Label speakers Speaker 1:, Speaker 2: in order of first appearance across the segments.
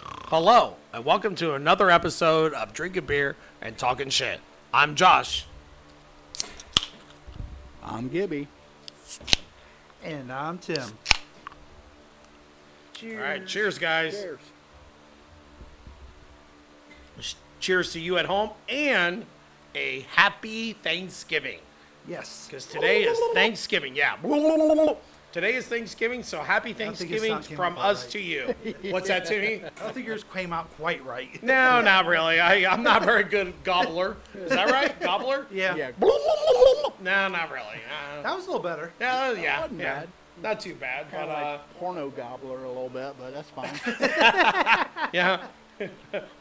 Speaker 1: Hello, and welcome to another episode of Drinking Beer and Talking Shit. I'm Josh.
Speaker 2: I'm Gibby.
Speaker 3: And I'm Tim.
Speaker 1: All right, cheers, guys. Cheers. to you at home and a happy Thanksgiving.
Speaker 3: Yes.
Speaker 1: Because today is Thanksgiving. Yeah. Today is Thanksgiving, so happy
Speaker 3: it's not
Speaker 1: Thanksgiving
Speaker 3: came
Speaker 1: from
Speaker 3: out
Speaker 1: us
Speaker 3: right.
Speaker 1: to you. What's that, Timmy?
Speaker 3: I don't think yours came out quite right.
Speaker 1: No, not really. I, I'm not very good gobbler. Is that right? Gobbler?
Speaker 3: Yeah.
Speaker 2: Yeah.
Speaker 1: No, not really. Uh,
Speaker 3: That was a little better.
Speaker 1: Yeah, yeah,
Speaker 2: wasn't
Speaker 1: yeah.
Speaker 2: bad.
Speaker 1: Not too bad, but
Speaker 2: Kind of
Speaker 1: uh,
Speaker 2: like porno gobbler a little bit, but that's fine.
Speaker 1: yeah.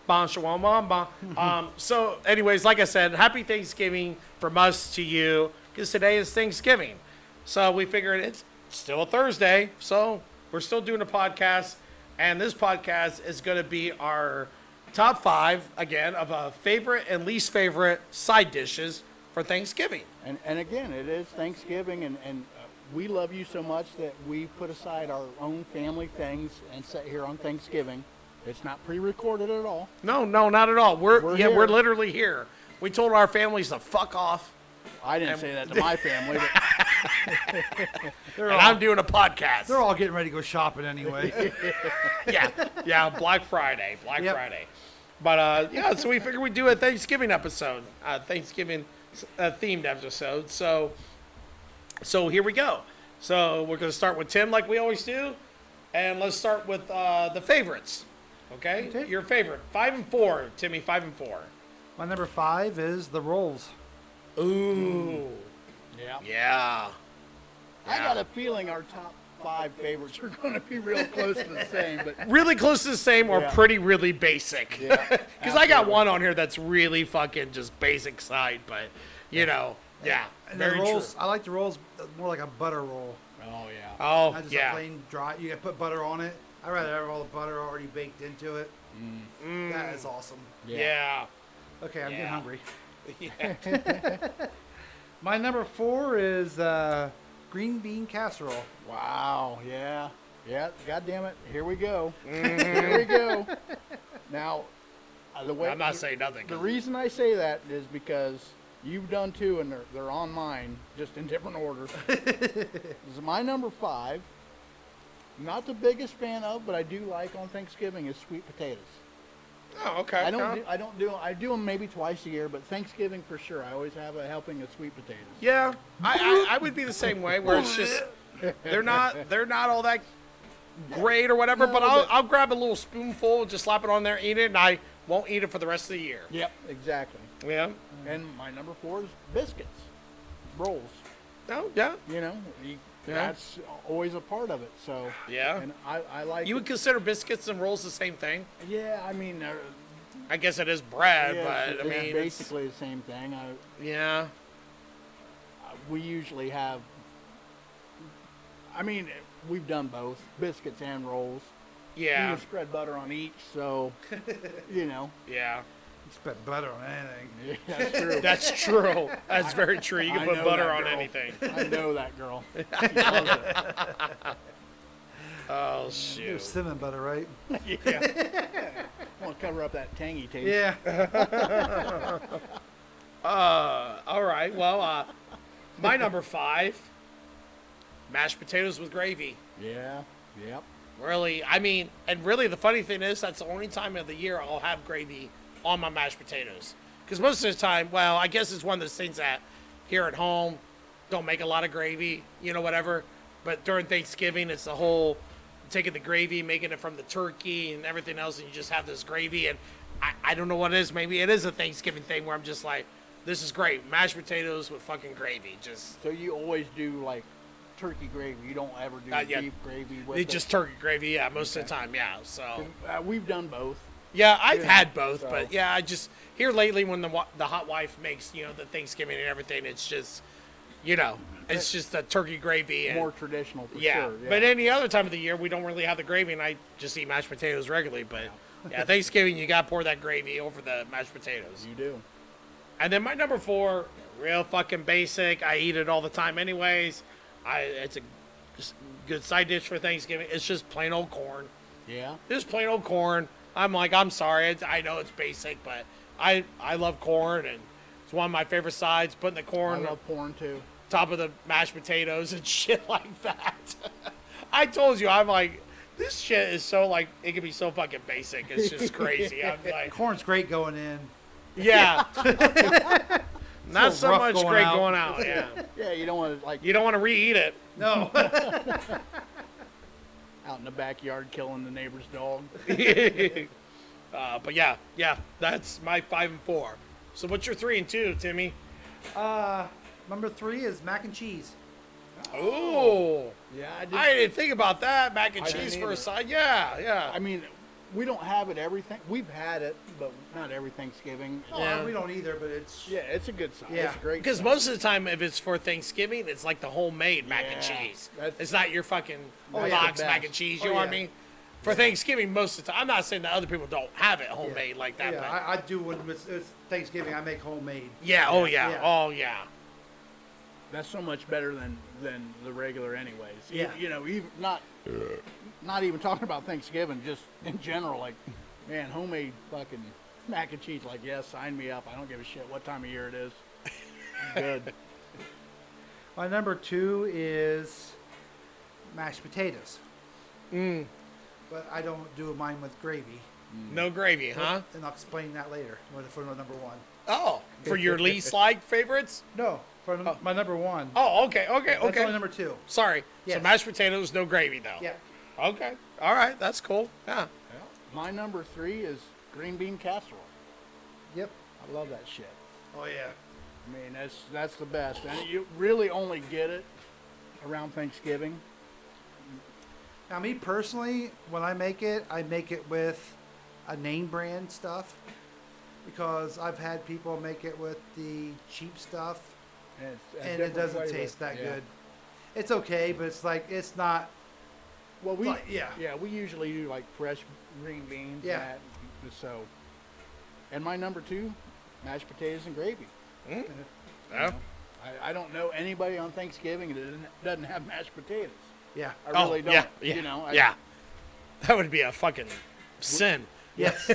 Speaker 1: Bon shalom, bon, bon.
Speaker 3: Mm-hmm.
Speaker 1: Um, so, anyways, like I said, happy Thanksgiving from us to you, because today is Thanksgiving. So we figured it's still a Thursday, so we're still doing a podcast, and this podcast is going to be our top five again of uh, favorite and least favorite side dishes for Thanksgiving.
Speaker 2: and, and again, it is Thanksgiving, and, and uh, we love you so much that we put aside our own family things and sit here on Thanksgiving. It's not pre-recorded at all.
Speaker 1: No, no, not at all. We're,
Speaker 2: We're
Speaker 1: yeah, we're
Speaker 2: here.
Speaker 1: literally here. We told our families to fuck off,
Speaker 2: I didn't say that to my family. But
Speaker 3: They're
Speaker 1: and
Speaker 3: all,
Speaker 1: I'm doing a podcast.
Speaker 3: they're all getting ready to go shopping anyway.
Speaker 1: yeah, yeah, Black Friday, Black
Speaker 3: Yep.
Speaker 1: Friday. But uh, yeah, so we figured we'd do a Thanksgiving episode, uh, Thanksgiving uh, themed episode. So, so here we go. So we're gonna start with Tim, like we always do, and let's start with uh, the favorites. Okay,
Speaker 3: Okay.
Speaker 1: your favorite five and four, Timmy, five and four.
Speaker 3: My number five is the rolls.
Speaker 1: Ooh,
Speaker 2: yeah.
Speaker 1: yeah,
Speaker 2: I got a feeling our top five favorites are going to be real close to the same. But
Speaker 1: really close to the same or
Speaker 2: Yeah.
Speaker 1: pretty really basic.
Speaker 2: yeah,
Speaker 1: Because I got one on here that's really fucking just basic side, but you know, yeah,
Speaker 3: And the
Speaker 1: very
Speaker 3: rolls,
Speaker 1: true.
Speaker 3: I like the rolls uh, more like a butter roll.
Speaker 2: Oh yeah.
Speaker 1: Oh
Speaker 3: Not just
Speaker 1: yeah,
Speaker 3: a plain dry. You gotta put butter on it. I'd rather have all the butter already baked into it. That is awesome.
Speaker 1: yeah,
Speaker 3: Okay, I'm getting
Speaker 1: Yeah.
Speaker 3: hungry. My number four is uh, green bean casserole.
Speaker 2: Wow. Yeah. Yeah. God damn it. Here we go. Here we go. Now, uh, the way
Speaker 1: I'm not saying nothing.
Speaker 2: the reason I say that is because you've done two, and they're they're on mine, just in different order. this is my number five. Not the biggest fan of, but I do like on Thanksgiving is sweet potatoes.
Speaker 1: oh, okay.
Speaker 2: I don't. Do, I don't do. I do them maybe twice a year, but Thanksgiving for sure. I always have a helping of sweet potatoes.
Speaker 1: yeah, I, I I would be the same way where it's just they're not they're not all that great or whatever,
Speaker 2: No,
Speaker 1: but I'll
Speaker 2: but-
Speaker 1: I'll grab a little spoonful, just slap it on there, eat it, and I won't eat it for the rest of the year.
Speaker 2: Yep. Exactly.
Speaker 1: Yeah.
Speaker 2: And my number four is biscuits, rolls.
Speaker 1: No. Yeah.
Speaker 2: you know, you,
Speaker 1: Yeah.
Speaker 2: that's always a part of it. So
Speaker 1: Yeah.
Speaker 2: and I, I like
Speaker 1: You would consider biscuits and rolls the same thing?
Speaker 2: yeah. I mean, they're,
Speaker 1: I guess it is bread,
Speaker 2: yeah,
Speaker 1: but I
Speaker 2: it's
Speaker 1: mean, it's-
Speaker 2: basically the same thing. I,
Speaker 1: yeah.
Speaker 2: I- we usually have. I mean, we've done both biscuits and rolls.
Speaker 1: Yeah,
Speaker 2: You can spread butter on each, so you know.
Speaker 1: yeah.
Speaker 3: It's put butter on anything.
Speaker 2: Yeah, That's true.
Speaker 1: That's true. That's very true. You
Speaker 2: I
Speaker 1: can put
Speaker 2: know
Speaker 1: butter
Speaker 2: that
Speaker 1: on
Speaker 2: girl.
Speaker 1: anything.
Speaker 2: I know that girl. She loves it.
Speaker 1: Oh
Speaker 3: There's
Speaker 1: shoot.
Speaker 3: cinnamon butter, right?
Speaker 2: I want to cover up that tangy taste.
Speaker 3: Yeah.
Speaker 1: Uh, all right. Well, uh, my number five, mashed potatoes with gravy.
Speaker 2: Yeah. Yep.
Speaker 1: Really, I mean, and really, the funny thing is, that's the only time of the year I'll have gravy on my mashed potatoes. Because most of the time, well, I guess it's one of those things that here at home don't make a lot of gravy, you know, whatever. But during Thanksgiving, it's the whole taking the gravy, making it from the turkey and everything else, and you just have this gravy. And I, I don't know what it is. Maybe it is a Thanksgiving thing where I'm just like, this is great. Mashed potatoes with fucking gravy. Just,
Speaker 2: So you always do like turkey gravy. You don't ever do
Speaker 1: Not yet.
Speaker 2: beef gravy with
Speaker 1: they
Speaker 2: it?
Speaker 1: just turkey gravy, yeah, most of the time, yeah. So.
Speaker 2: Uh, we've done both.
Speaker 1: Yeah, I've
Speaker 2: Yeah,
Speaker 1: had both,
Speaker 2: so-
Speaker 1: but yeah, I just here lately when the wa- the hot wife makes you know the Thanksgiving and everything, it's just you know it's just the turkey gravy and
Speaker 2: More traditional for
Speaker 1: yeah.
Speaker 2: sure.
Speaker 1: But any other time of the year, we don't really have the gravy, and I just eat mashed potatoes regularly. But yeah, Thanksgiving you got to pour that gravy over the mashed potatoes.
Speaker 2: you do.
Speaker 1: And then my number four, real fucking basic. I eat it all the time, anyways. I it's a just good side dish for Thanksgiving. It's just plain old corn
Speaker 2: Yeah.
Speaker 1: just plain old corn, I'm like, I'm sorry. It's, I know it's basic, but I I love corn and it's one of my favorite sides. Putting the
Speaker 2: I
Speaker 1: corn on
Speaker 2: love porn too.
Speaker 1: top of the mashed potatoes and shit like that. I told you, I'm like, this shit is so like it can be so fucking basic. It's just crazy. I'm like,
Speaker 3: Corn's great going in.
Speaker 1: yeah. Not
Speaker 3: It's a
Speaker 1: so
Speaker 3: little
Speaker 1: much
Speaker 3: rough going
Speaker 1: great
Speaker 3: out.
Speaker 1: going out. Yeah.
Speaker 2: Yeah, you don't want to like
Speaker 1: You don't want to reheat it.
Speaker 3: No.
Speaker 2: out in the backyard killing the neighbor's dog.
Speaker 1: Uh, but yeah, yeah, that's my five and four. So what's your three and two, Timmy?
Speaker 3: uh, number three is mac and cheese. Oh.
Speaker 1: Ooh.
Speaker 2: Yeah, I did.
Speaker 1: I didn't think about that. Mac and
Speaker 2: I
Speaker 1: cheese
Speaker 2: didn't
Speaker 1: for
Speaker 2: either.
Speaker 1: a side. Yeah, yeah.
Speaker 2: I mean, we don't have it everything. We've had it, but not every Thanksgiving.
Speaker 3: Oh,
Speaker 1: Yeah.
Speaker 3: we don't either, but it's
Speaker 2: Yeah, it's a good side.
Speaker 3: Yeah.
Speaker 2: It's a great.
Speaker 1: Because
Speaker 2: side.
Speaker 1: most of the time, if it's for Thanksgiving, it's like the homemade mac and
Speaker 2: Yeah,
Speaker 1: cheese.
Speaker 2: that's-
Speaker 1: It's not your fucking
Speaker 2: Oh, yeah,
Speaker 1: box
Speaker 2: the
Speaker 1: mac
Speaker 2: best.
Speaker 1: and cheese.
Speaker 3: Oh,
Speaker 1: You know what I
Speaker 3: yeah.
Speaker 1: mean? For Thanksgiving, most of the time, I'm not saying that other people don't have it homemade like that.
Speaker 3: yeah.
Speaker 1: but
Speaker 3: I, I do when it's, it's Thanksgiving. I make homemade.
Speaker 1: yeah, oh yeah,
Speaker 3: yeah.
Speaker 1: oh yeah.
Speaker 2: that's so much better than than the regular, anyways. You-
Speaker 3: Yeah.
Speaker 2: You, know, even not not even talking about Thanksgiving, just in general. Like, man, homemade fucking mac and cheese. Like, yeah, sign me up. I don't give a shit what time of year it is. Good.
Speaker 3: My number two is mashed potatoes.
Speaker 1: Mm.
Speaker 3: But I don't do mine with gravy,
Speaker 1: No gravy, huh?
Speaker 3: and I'll explain that later for- for my number one.
Speaker 1: Oh, for your least like favorites?
Speaker 3: No, for num- my number one.
Speaker 1: Oh, okay, okay,
Speaker 3: That's
Speaker 1: okay.
Speaker 3: only number two.
Speaker 1: Sorry. So
Speaker 3: Yes.
Speaker 1: mashed potatoes, no gravy though.
Speaker 3: Yeah.
Speaker 1: Okay. All right, that's cool. Yeah.
Speaker 2: My number three is green bean casserole.
Speaker 3: Yep.
Speaker 2: I love that shit.
Speaker 3: Oh yeah.
Speaker 2: I mean, that's that's the best, and you really only get it around Thanksgiving.
Speaker 3: Now me personally, when I make it, I make it with a name brand stuff because I've had people make it with the cheap stuff
Speaker 2: And, it's a
Speaker 3: and it
Speaker 2: different
Speaker 3: doesn't
Speaker 2: flavor.
Speaker 3: taste that
Speaker 2: Yeah.
Speaker 3: good. It's okay, but it's like it's not
Speaker 2: Well, we
Speaker 3: Like, yeah.
Speaker 2: yeah we usually do like fresh green beans.
Speaker 3: Yeah.
Speaker 2: And that, so, and my number two, mashed potatoes and gravy.
Speaker 1: Yeah.
Speaker 2: I, I don't know anybody on Thanksgiving that doesn't, doesn't have mashed potatoes.
Speaker 3: yeah.
Speaker 2: I
Speaker 1: Oh,
Speaker 2: really don't.
Speaker 1: yeah, yeah,
Speaker 2: you know. I,
Speaker 1: yeah. That would be a fucking sin.
Speaker 3: Yes.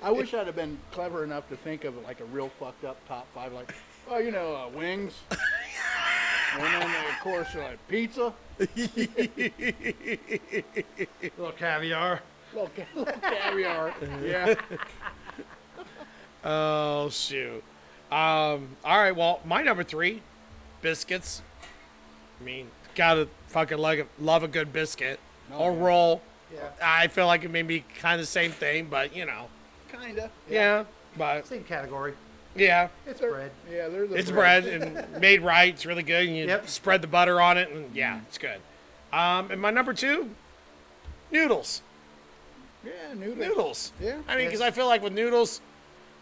Speaker 2: I wish I'd have been clever enough to think of like a real fucked up top five, like, oh, you know, uh, wings. and then of course you're like pizza.
Speaker 3: little caviar.
Speaker 2: Little, ca- little caviar. yeah.
Speaker 1: Oh shoot. Um. All right. Well, my number three, biscuits. I mean, gotta fucking love a, love a good biscuit or
Speaker 2: Okay.
Speaker 1: roll.
Speaker 3: Yeah.
Speaker 1: I feel like it may be kind of the same thing, but you know.
Speaker 2: Kinda.
Speaker 1: Yeah. But
Speaker 3: Same category.
Speaker 1: yeah,
Speaker 3: It's
Speaker 2: They're-
Speaker 3: bread.
Speaker 2: Yeah, they're the
Speaker 1: it's bread and made right. It's really good. And you
Speaker 3: Yep.
Speaker 1: spread the butter on it, and yeah, it's good. Um. And my number two, noodles.
Speaker 2: Yeah, noodles.
Speaker 1: noodles.
Speaker 2: Yeah.
Speaker 1: I mean, because
Speaker 3: Yes.
Speaker 1: I feel like with noodles,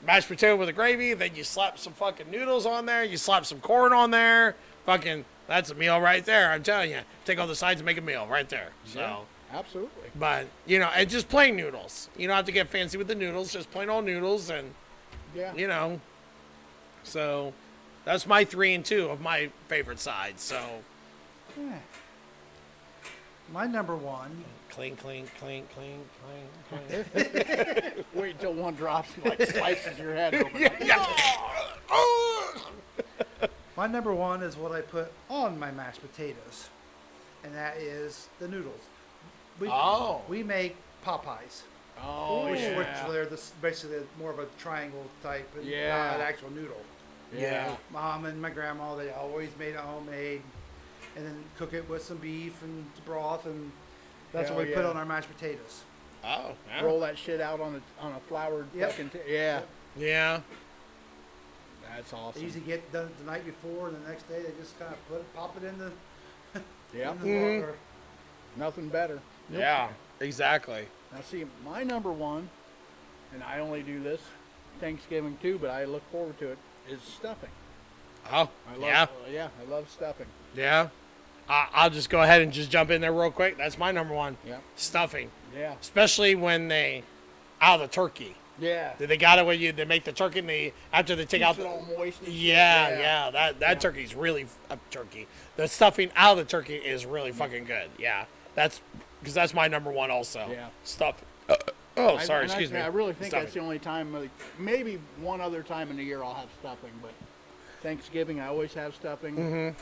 Speaker 1: mashed potato with a gravy, then you slap some fucking noodles on there, you slap some corn on there, fucking, that's a meal right there. I'm telling you, take all the sides and make a meal right there. So,
Speaker 2: Absolutely.
Speaker 1: but you know, and just plain noodles. You don't have to get fancy with the noodles, just plain old noodles, and
Speaker 2: Yeah.
Speaker 1: you know, so that's my three and two of my favorite sides. So
Speaker 3: Yeah. My number one.
Speaker 1: clink, clink, clink, clink, clink, clink.
Speaker 2: Wait till one drops and like slices your head open.
Speaker 1: Oh,
Speaker 3: My number one is what I put on my mashed potatoes, and that is the noodles. We,
Speaker 2: Oh.
Speaker 3: We make Popeyes,
Speaker 2: Oh
Speaker 3: which,
Speaker 2: yeah.
Speaker 3: which they're this, basically more of a triangle type, and
Speaker 2: Yeah.
Speaker 3: not an actual noodle.
Speaker 2: yeah.
Speaker 3: Mom and my grandma, they always made it homemade, and then cook it with some beef and broth, and that's what
Speaker 2: Hell
Speaker 3: we put
Speaker 2: yeah.
Speaker 3: on our mashed potatoes.
Speaker 1: Oh, yeah.
Speaker 2: Roll that shit out on a on a floured
Speaker 3: Yep.
Speaker 2: fucking t- yeah.
Speaker 1: yeah.
Speaker 2: That's
Speaker 3: They
Speaker 2: awesome.
Speaker 3: usually get done the night before, and the next day they just kind of put it, pop it in the,
Speaker 2: Yeah.
Speaker 3: in the
Speaker 1: Mm-hmm.
Speaker 3: water.
Speaker 2: Nothing better.
Speaker 1: Yeah, exactly.
Speaker 2: Now see, my number one, and I only do this Thanksgiving too, but I look forward to it. Is stuffing.
Speaker 1: Oh,
Speaker 2: I love, uh,
Speaker 1: yeah,
Speaker 2: yeah, I love stuffing.
Speaker 1: yeah. I, I'll just go ahead and just jump in there real quick. That's my number one.
Speaker 2: Yeah,
Speaker 1: Stuffing,
Speaker 2: yeah,
Speaker 1: especially when they out the turkey.
Speaker 2: yeah.
Speaker 1: They got it when you they make the turkey and they after they take out
Speaker 2: Keeps it
Speaker 1: the
Speaker 2: all moist. and shit.
Speaker 1: yeah, yeah that that turkey's really up turkey. The stuffing out of the turkey is really fucking good. Yeah, that's because that's my number one also.
Speaker 2: Yeah.
Speaker 1: stuff Oh,
Speaker 2: I-
Speaker 1: sorry.
Speaker 2: and I-
Speaker 1: excuse me.
Speaker 2: I really think
Speaker 1: Stop
Speaker 2: that's
Speaker 1: it.
Speaker 2: the only time, like, maybe one other time in the year I'll have stuffing, but Thanksgiving I always have stuffing. Mm-hmm.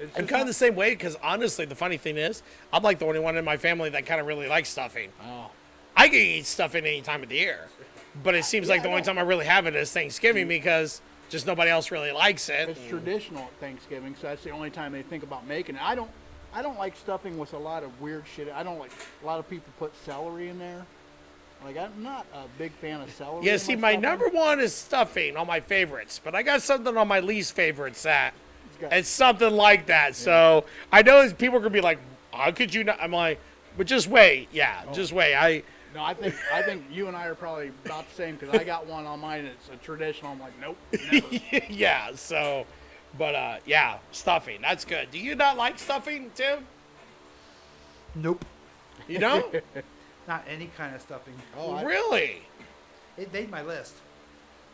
Speaker 2: It's
Speaker 1: I'm
Speaker 2: just
Speaker 1: kind of
Speaker 2: not-
Speaker 1: the same way because honestly, the funny thing is, I'm like the only one in my family that kind of really likes stuffing.
Speaker 2: Oh.
Speaker 1: I can eat stuffing any time of the year, but it seems
Speaker 2: Yeah,
Speaker 1: like the
Speaker 2: I
Speaker 1: only
Speaker 2: know. Mm.
Speaker 1: time I really have it is Thanksgiving because just nobody else really likes it.
Speaker 2: It's traditional at Thanksgiving, so that's the only time they think about making it. I don't, I don't like stuffing with a lot of weird shit. I don't like a lot of people put celery in there. Like I'm not a big fan of celery.
Speaker 1: Yeah,
Speaker 2: in
Speaker 1: see, my
Speaker 2: stuffing.
Speaker 1: number one is stuffing on my favorites, but I got something on my least favorites that
Speaker 2: got-
Speaker 1: it's something like that. So I know it's- people are gonna be like, "How could you not?" I'm like, "But just wait, yeah,
Speaker 2: Oh.
Speaker 1: just wait." I
Speaker 2: No, I think I think you and I are probably about the same because I got one on mine. and It's a traditional. I'm like, nope. never.
Speaker 1: yeah, so, but uh, yeah, stuffing that's good. Do you not like stuffing, Tim?
Speaker 3: Nope.
Speaker 1: You don't?
Speaker 3: Not any kind of stuffing.
Speaker 2: Oh, I-
Speaker 1: really?
Speaker 3: It made my list.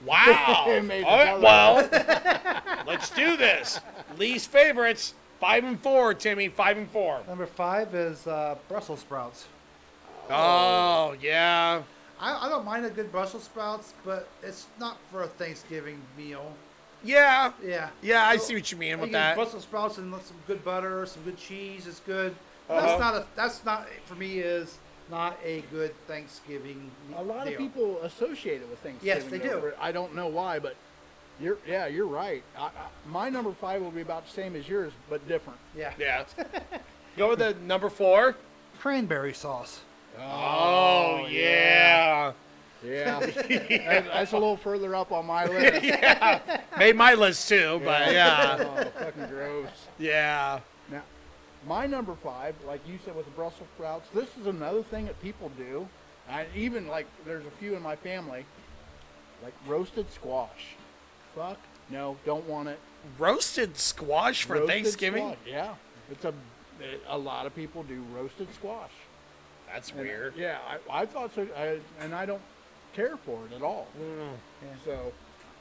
Speaker 1: Wow. All
Speaker 2: It made the
Speaker 1: right,
Speaker 2: color.
Speaker 1: well, let's do this. Least favorites, five and four, Timmy, five and four.
Speaker 3: Number five is uh, Brussels sprouts.
Speaker 1: Oh, yeah.
Speaker 3: I, I don't mind a good Brussels sprouts, but it's not for a Thanksgiving meal.
Speaker 1: Yeah.
Speaker 3: Yeah.
Speaker 1: Yeah, I
Speaker 3: So,
Speaker 1: see what you mean
Speaker 3: you
Speaker 1: with
Speaker 3: get
Speaker 1: that.
Speaker 3: Brussels sprouts and some good butter, some good cheese is good.
Speaker 1: Uh-huh.
Speaker 3: That's not a. That's not for me. Is not a good Thanksgiving.
Speaker 2: A lot of
Speaker 3: deal.
Speaker 2: people associate it with Thanksgiving.
Speaker 3: Yes, they
Speaker 2: though,
Speaker 3: do.
Speaker 2: but I don't know why, but you're yeah, you're right. I, I, my number five will be about the same as yours, but different.
Speaker 3: Yeah.
Speaker 1: Yeah. Go with the number four.
Speaker 3: Cranberry sauce.
Speaker 1: Oh, yeah.
Speaker 2: Yeah, That- that's a little further up on my list.
Speaker 1: Made my list too, but yeah.
Speaker 2: Oh, fucking gross.
Speaker 1: Yeah.
Speaker 2: Now, my number five, like you said with the Brussels sprouts, this is another thing that people do. I even like there's a few in my family, like roasted squash. Fuck no, don't want it.
Speaker 1: Roasted squash for
Speaker 2: Roasted
Speaker 1: Thanksgiving?
Speaker 2: squash, Yeah, it's a a lot of people do roasted squash.
Speaker 1: That's weird.
Speaker 2: Yeah, I, I thought so, I, and I don't care for it at all.
Speaker 3: Mm.
Speaker 2: So,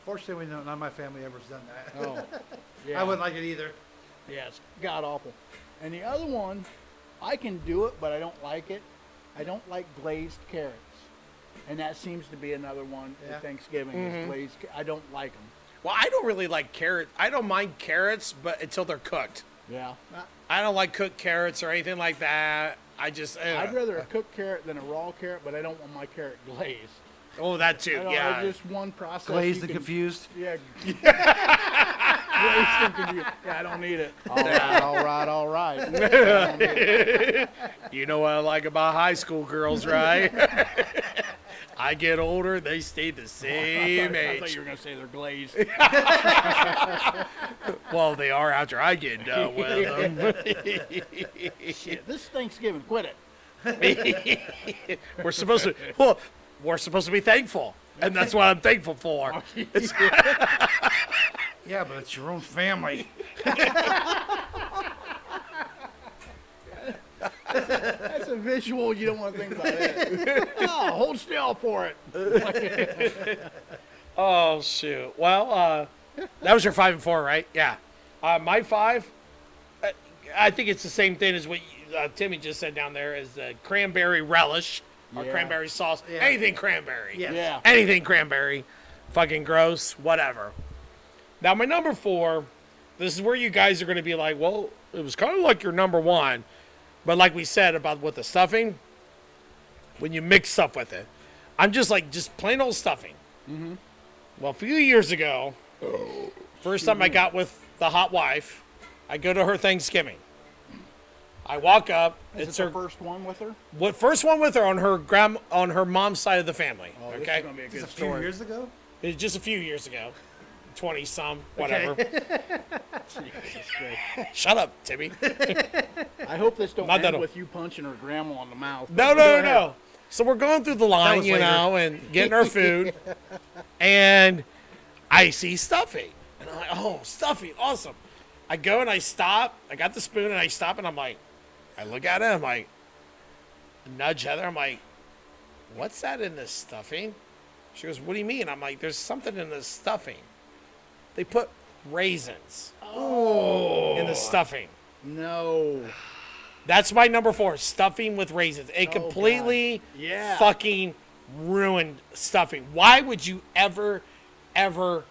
Speaker 3: Fortunately, none none of my family ever's done that.
Speaker 2: oh,
Speaker 3: I
Speaker 2: yeah.
Speaker 3: wouldn't like it either.
Speaker 2: Yeah, it's god awful. And the other one, I can do it, but I don't like it. I don't like glazed carrots, and that seems to be another one
Speaker 3: Yeah.
Speaker 2: for Thanksgiving.
Speaker 3: Mm-hmm.
Speaker 2: Is glazed. ca- I don't like them.
Speaker 1: Well, I don't really like carrot. I don't mind carrots, but until they're cooked.
Speaker 2: Yeah,
Speaker 1: I don't like cooked carrots or anything like that. I just eh.
Speaker 2: I'd
Speaker 1: ugh.
Speaker 2: rather a cooked carrot than a raw carrot, but I don't want my carrot glazed.
Speaker 1: oh that too.
Speaker 2: I don't,
Speaker 1: yeah,
Speaker 2: I just one process.
Speaker 3: Glazed
Speaker 2: you
Speaker 3: and
Speaker 2: can-
Speaker 3: confused.
Speaker 2: Yeah. glazed and confused. Yeah, I don't need it. All right, all right, all right. I don't need it.
Speaker 1: you know what I like about high school girls, right? I get older, they stay the
Speaker 2: I
Speaker 1: same
Speaker 2: thought, I thought
Speaker 1: age.
Speaker 2: you were gonna say they're glazed.
Speaker 1: Well, they are after I get done with them.
Speaker 2: Shit, this is Thanksgiving. Quit it.
Speaker 1: We're supposed to. Well, we're supposed to be thankful, and that's what I'm thankful for.
Speaker 3: Yeah, but it's your own family.
Speaker 2: That's a visual you don't want to think about. It. oh, hold still for it.
Speaker 1: Oh shoot! Well, uh, that was your five and four, right? Yeah. Uh, my five. uh, I think it's the same thing as what you, uh, Timmy just said down there is the cranberry relish or
Speaker 2: Yeah.
Speaker 1: cranberry sauce.
Speaker 3: Yeah.
Speaker 1: Anything cranberry.
Speaker 3: Yes.
Speaker 2: Yeah.
Speaker 1: Anything cranberry. Fucking gross. Whatever. Now my number four. This is where you guys are going to be like, well, it was kind of like your number one, but like we said about with the stuffing, when you mix stuff with it, I'm just like just plain old stuffing.
Speaker 2: Mm-hmm.
Speaker 1: Well, a few years ago, first time I got with the hot wife, I go to her Thanksgiving. I walk up.
Speaker 2: Is
Speaker 1: it's
Speaker 2: it the
Speaker 1: her
Speaker 2: first one with her?
Speaker 1: what first one with her on her grand on her mom's side of the family.
Speaker 2: Oh, this is
Speaker 1: okay,
Speaker 2: gonna be a
Speaker 3: This is a
Speaker 2: good
Speaker 3: few
Speaker 2: story.
Speaker 3: years ago.
Speaker 1: It was just a few years ago, twenty some, whatever.
Speaker 2: Jesus Christ.
Speaker 1: Shut up, Timmy.
Speaker 2: I hope this don't
Speaker 1: Not that
Speaker 2: end
Speaker 1: old.
Speaker 2: with you punching her grandma in the mouth.
Speaker 1: No, no,
Speaker 2: Go
Speaker 1: no,
Speaker 2: ahead.
Speaker 1: no. So we're going through the line,
Speaker 3: was
Speaker 1: you
Speaker 3: later.
Speaker 1: know, and getting our food, and I see stuffing, and I'm like, "Oh, stuffing, awesome!" I go and I stop. I got the spoon and I stop, and I'm like, I look at it, I'm like, nudge Heather, I'm like, "What's that in this stuffing?" She goes, "What do you mean?" I'm like, "There's something in this stuffing. They put raisins in the stuffing."
Speaker 2: No.
Speaker 1: That's my number four, stuffing with raisins. It completely
Speaker 2: Oh, Yeah.
Speaker 1: fucking ruined stuffing. Why would you ever, ever,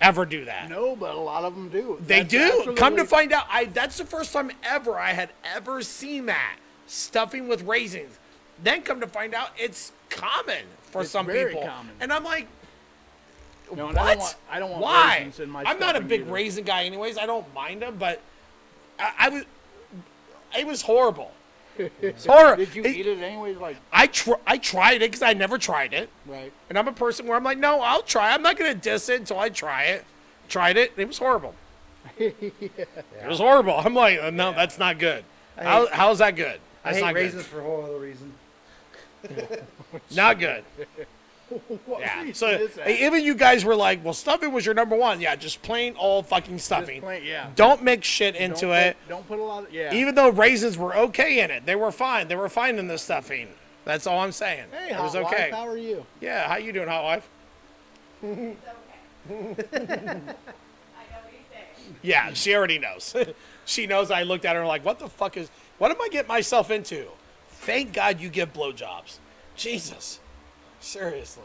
Speaker 1: ever do that?
Speaker 2: No, but a lot of them do.
Speaker 1: They
Speaker 2: That's
Speaker 1: do. Come to
Speaker 2: absolutely-
Speaker 1: find out, I that's the first time ever I had ever seen that stuffing with raisins. Then come to find out, it's common for
Speaker 2: It's
Speaker 1: some
Speaker 2: very
Speaker 1: people.
Speaker 2: common.
Speaker 1: And I'm like,
Speaker 2: No,
Speaker 1: what?
Speaker 2: and I don't want, I don't want
Speaker 1: Why?
Speaker 2: raisins in my
Speaker 1: I'm not a
Speaker 2: stuffing
Speaker 1: big
Speaker 2: either.
Speaker 1: raisin guy, anyways. I don't mind them, but I, I was. It was horrible. It's horrible.
Speaker 2: Did you eat it anyways? Like,
Speaker 1: I tr- I tried it because I never tried it.
Speaker 2: right.
Speaker 1: And I'm a person where I'm like, no, I'll try. I'm not gonna diss it until I try it. Tried it. and It was horrible. It was horrible. I'm like, uh, no, that's not good.
Speaker 3: I
Speaker 1: How,
Speaker 3: hate-
Speaker 1: how's that good?
Speaker 3: I
Speaker 1: That's
Speaker 3: hate
Speaker 1: not
Speaker 3: raisins for a whole other reason.
Speaker 1: good. Not good.
Speaker 2: What
Speaker 1: Yeah.
Speaker 2: reason
Speaker 1: So
Speaker 2: is that?
Speaker 1: hey, even you guys were like, well, stuffing was your number one. Yeah, just plain old fucking stuffing.
Speaker 2: plain- yeah.
Speaker 1: Don't mix shit
Speaker 2: Don't
Speaker 1: into
Speaker 2: put-
Speaker 1: it.
Speaker 2: Don't put a lot. Of, yeah.
Speaker 1: Even though raisins were okay in it, they were fine. They were fine in the stuffing. That's all I'm saying.
Speaker 2: hey,
Speaker 1: it
Speaker 2: hot
Speaker 1: was okay.
Speaker 2: Wife, how are you?
Speaker 1: Yeah. How you doing, hot wife?
Speaker 4: It's okay. I know what you say.
Speaker 1: Yeah, she already knows. she knows I looked at her like, what the fuck is, what am I getting myself into? Thank God you give blowjobs. Jesus. Seriously.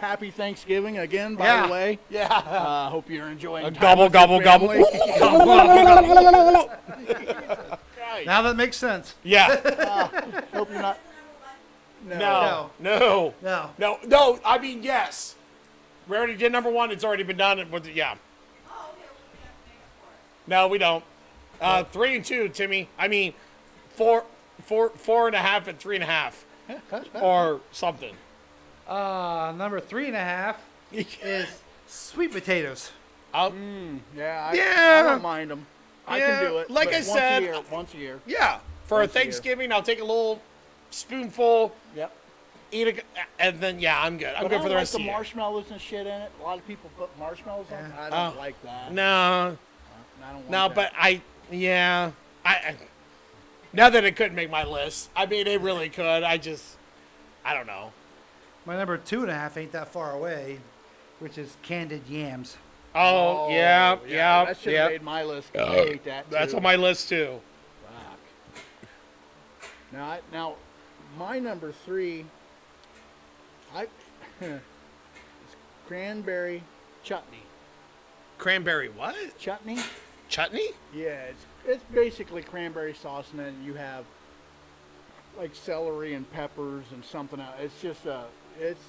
Speaker 2: Happy Thanksgiving again, by
Speaker 1: Yeah.
Speaker 2: the way.
Speaker 1: Yeah.
Speaker 2: Uh, hope you're enjoying. time
Speaker 1: Gobble,
Speaker 2: with
Speaker 1: gobble,
Speaker 2: your
Speaker 1: gobble.
Speaker 2: family.
Speaker 3: Now that makes sense.
Speaker 1: yeah.
Speaker 2: Hope you're not.
Speaker 1: No. No.
Speaker 3: No.
Speaker 1: No. No. I mean, yes. We already did number one. It's already been done. But yeah.
Speaker 4: Oh, okay, well, we have to make up for it.
Speaker 1: No, we don't. Uh,
Speaker 2: Oh.
Speaker 1: three and two, Timmy. I mean, four, four, four and a half and three and a half, or something.
Speaker 3: Uh, number three and a half is sweet potatoes.
Speaker 1: I'll-
Speaker 2: Mm, Yeah. I,
Speaker 1: Yeah.
Speaker 2: I don't mind them. I
Speaker 1: Yeah,
Speaker 2: can do it.
Speaker 1: like
Speaker 2: but
Speaker 1: I
Speaker 2: once
Speaker 1: said-
Speaker 2: a year, once a year.
Speaker 1: Yeah, for
Speaker 2: Once a year.
Speaker 1: Thanksgiving, I'll take a little spoonful,
Speaker 2: Yep.
Speaker 1: eat it, and then yeah, I'm good. I'm
Speaker 2: But
Speaker 1: good for
Speaker 2: I don't
Speaker 1: the
Speaker 2: like
Speaker 1: rest
Speaker 2: the
Speaker 1: of the year.
Speaker 2: marshmallows and shit in it. A lot of people put marshmallows on. it. I
Speaker 1: Oh.
Speaker 2: don't like that.
Speaker 1: No,
Speaker 2: I don't want
Speaker 1: no,
Speaker 2: that.
Speaker 1: but I yeah, I, I now that it couldn't make my list. I mean, it really could. I just I don't know.
Speaker 3: My number two and a half ain't that far away, which is candied yams.
Speaker 1: Oh,
Speaker 2: Oh,
Speaker 1: yeah, yeah,
Speaker 2: That should
Speaker 1: yeah.
Speaker 2: have made my list. 'cause I hate that.
Speaker 1: Uh, That's
Speaker 2: too.
Speaker 1: on my list too.
Speaker 2: Fuck. Now, I, now, my number three, I, it's cranberry chutney.
Speaker 1: Cranberry what?
Speaker 2: Chutney?
Speaker 1: Chutney?
Speaker 2: Yeah, it's, it's basically cranberry sauce, and then you have like celery and peppers and something else. It's just a, it's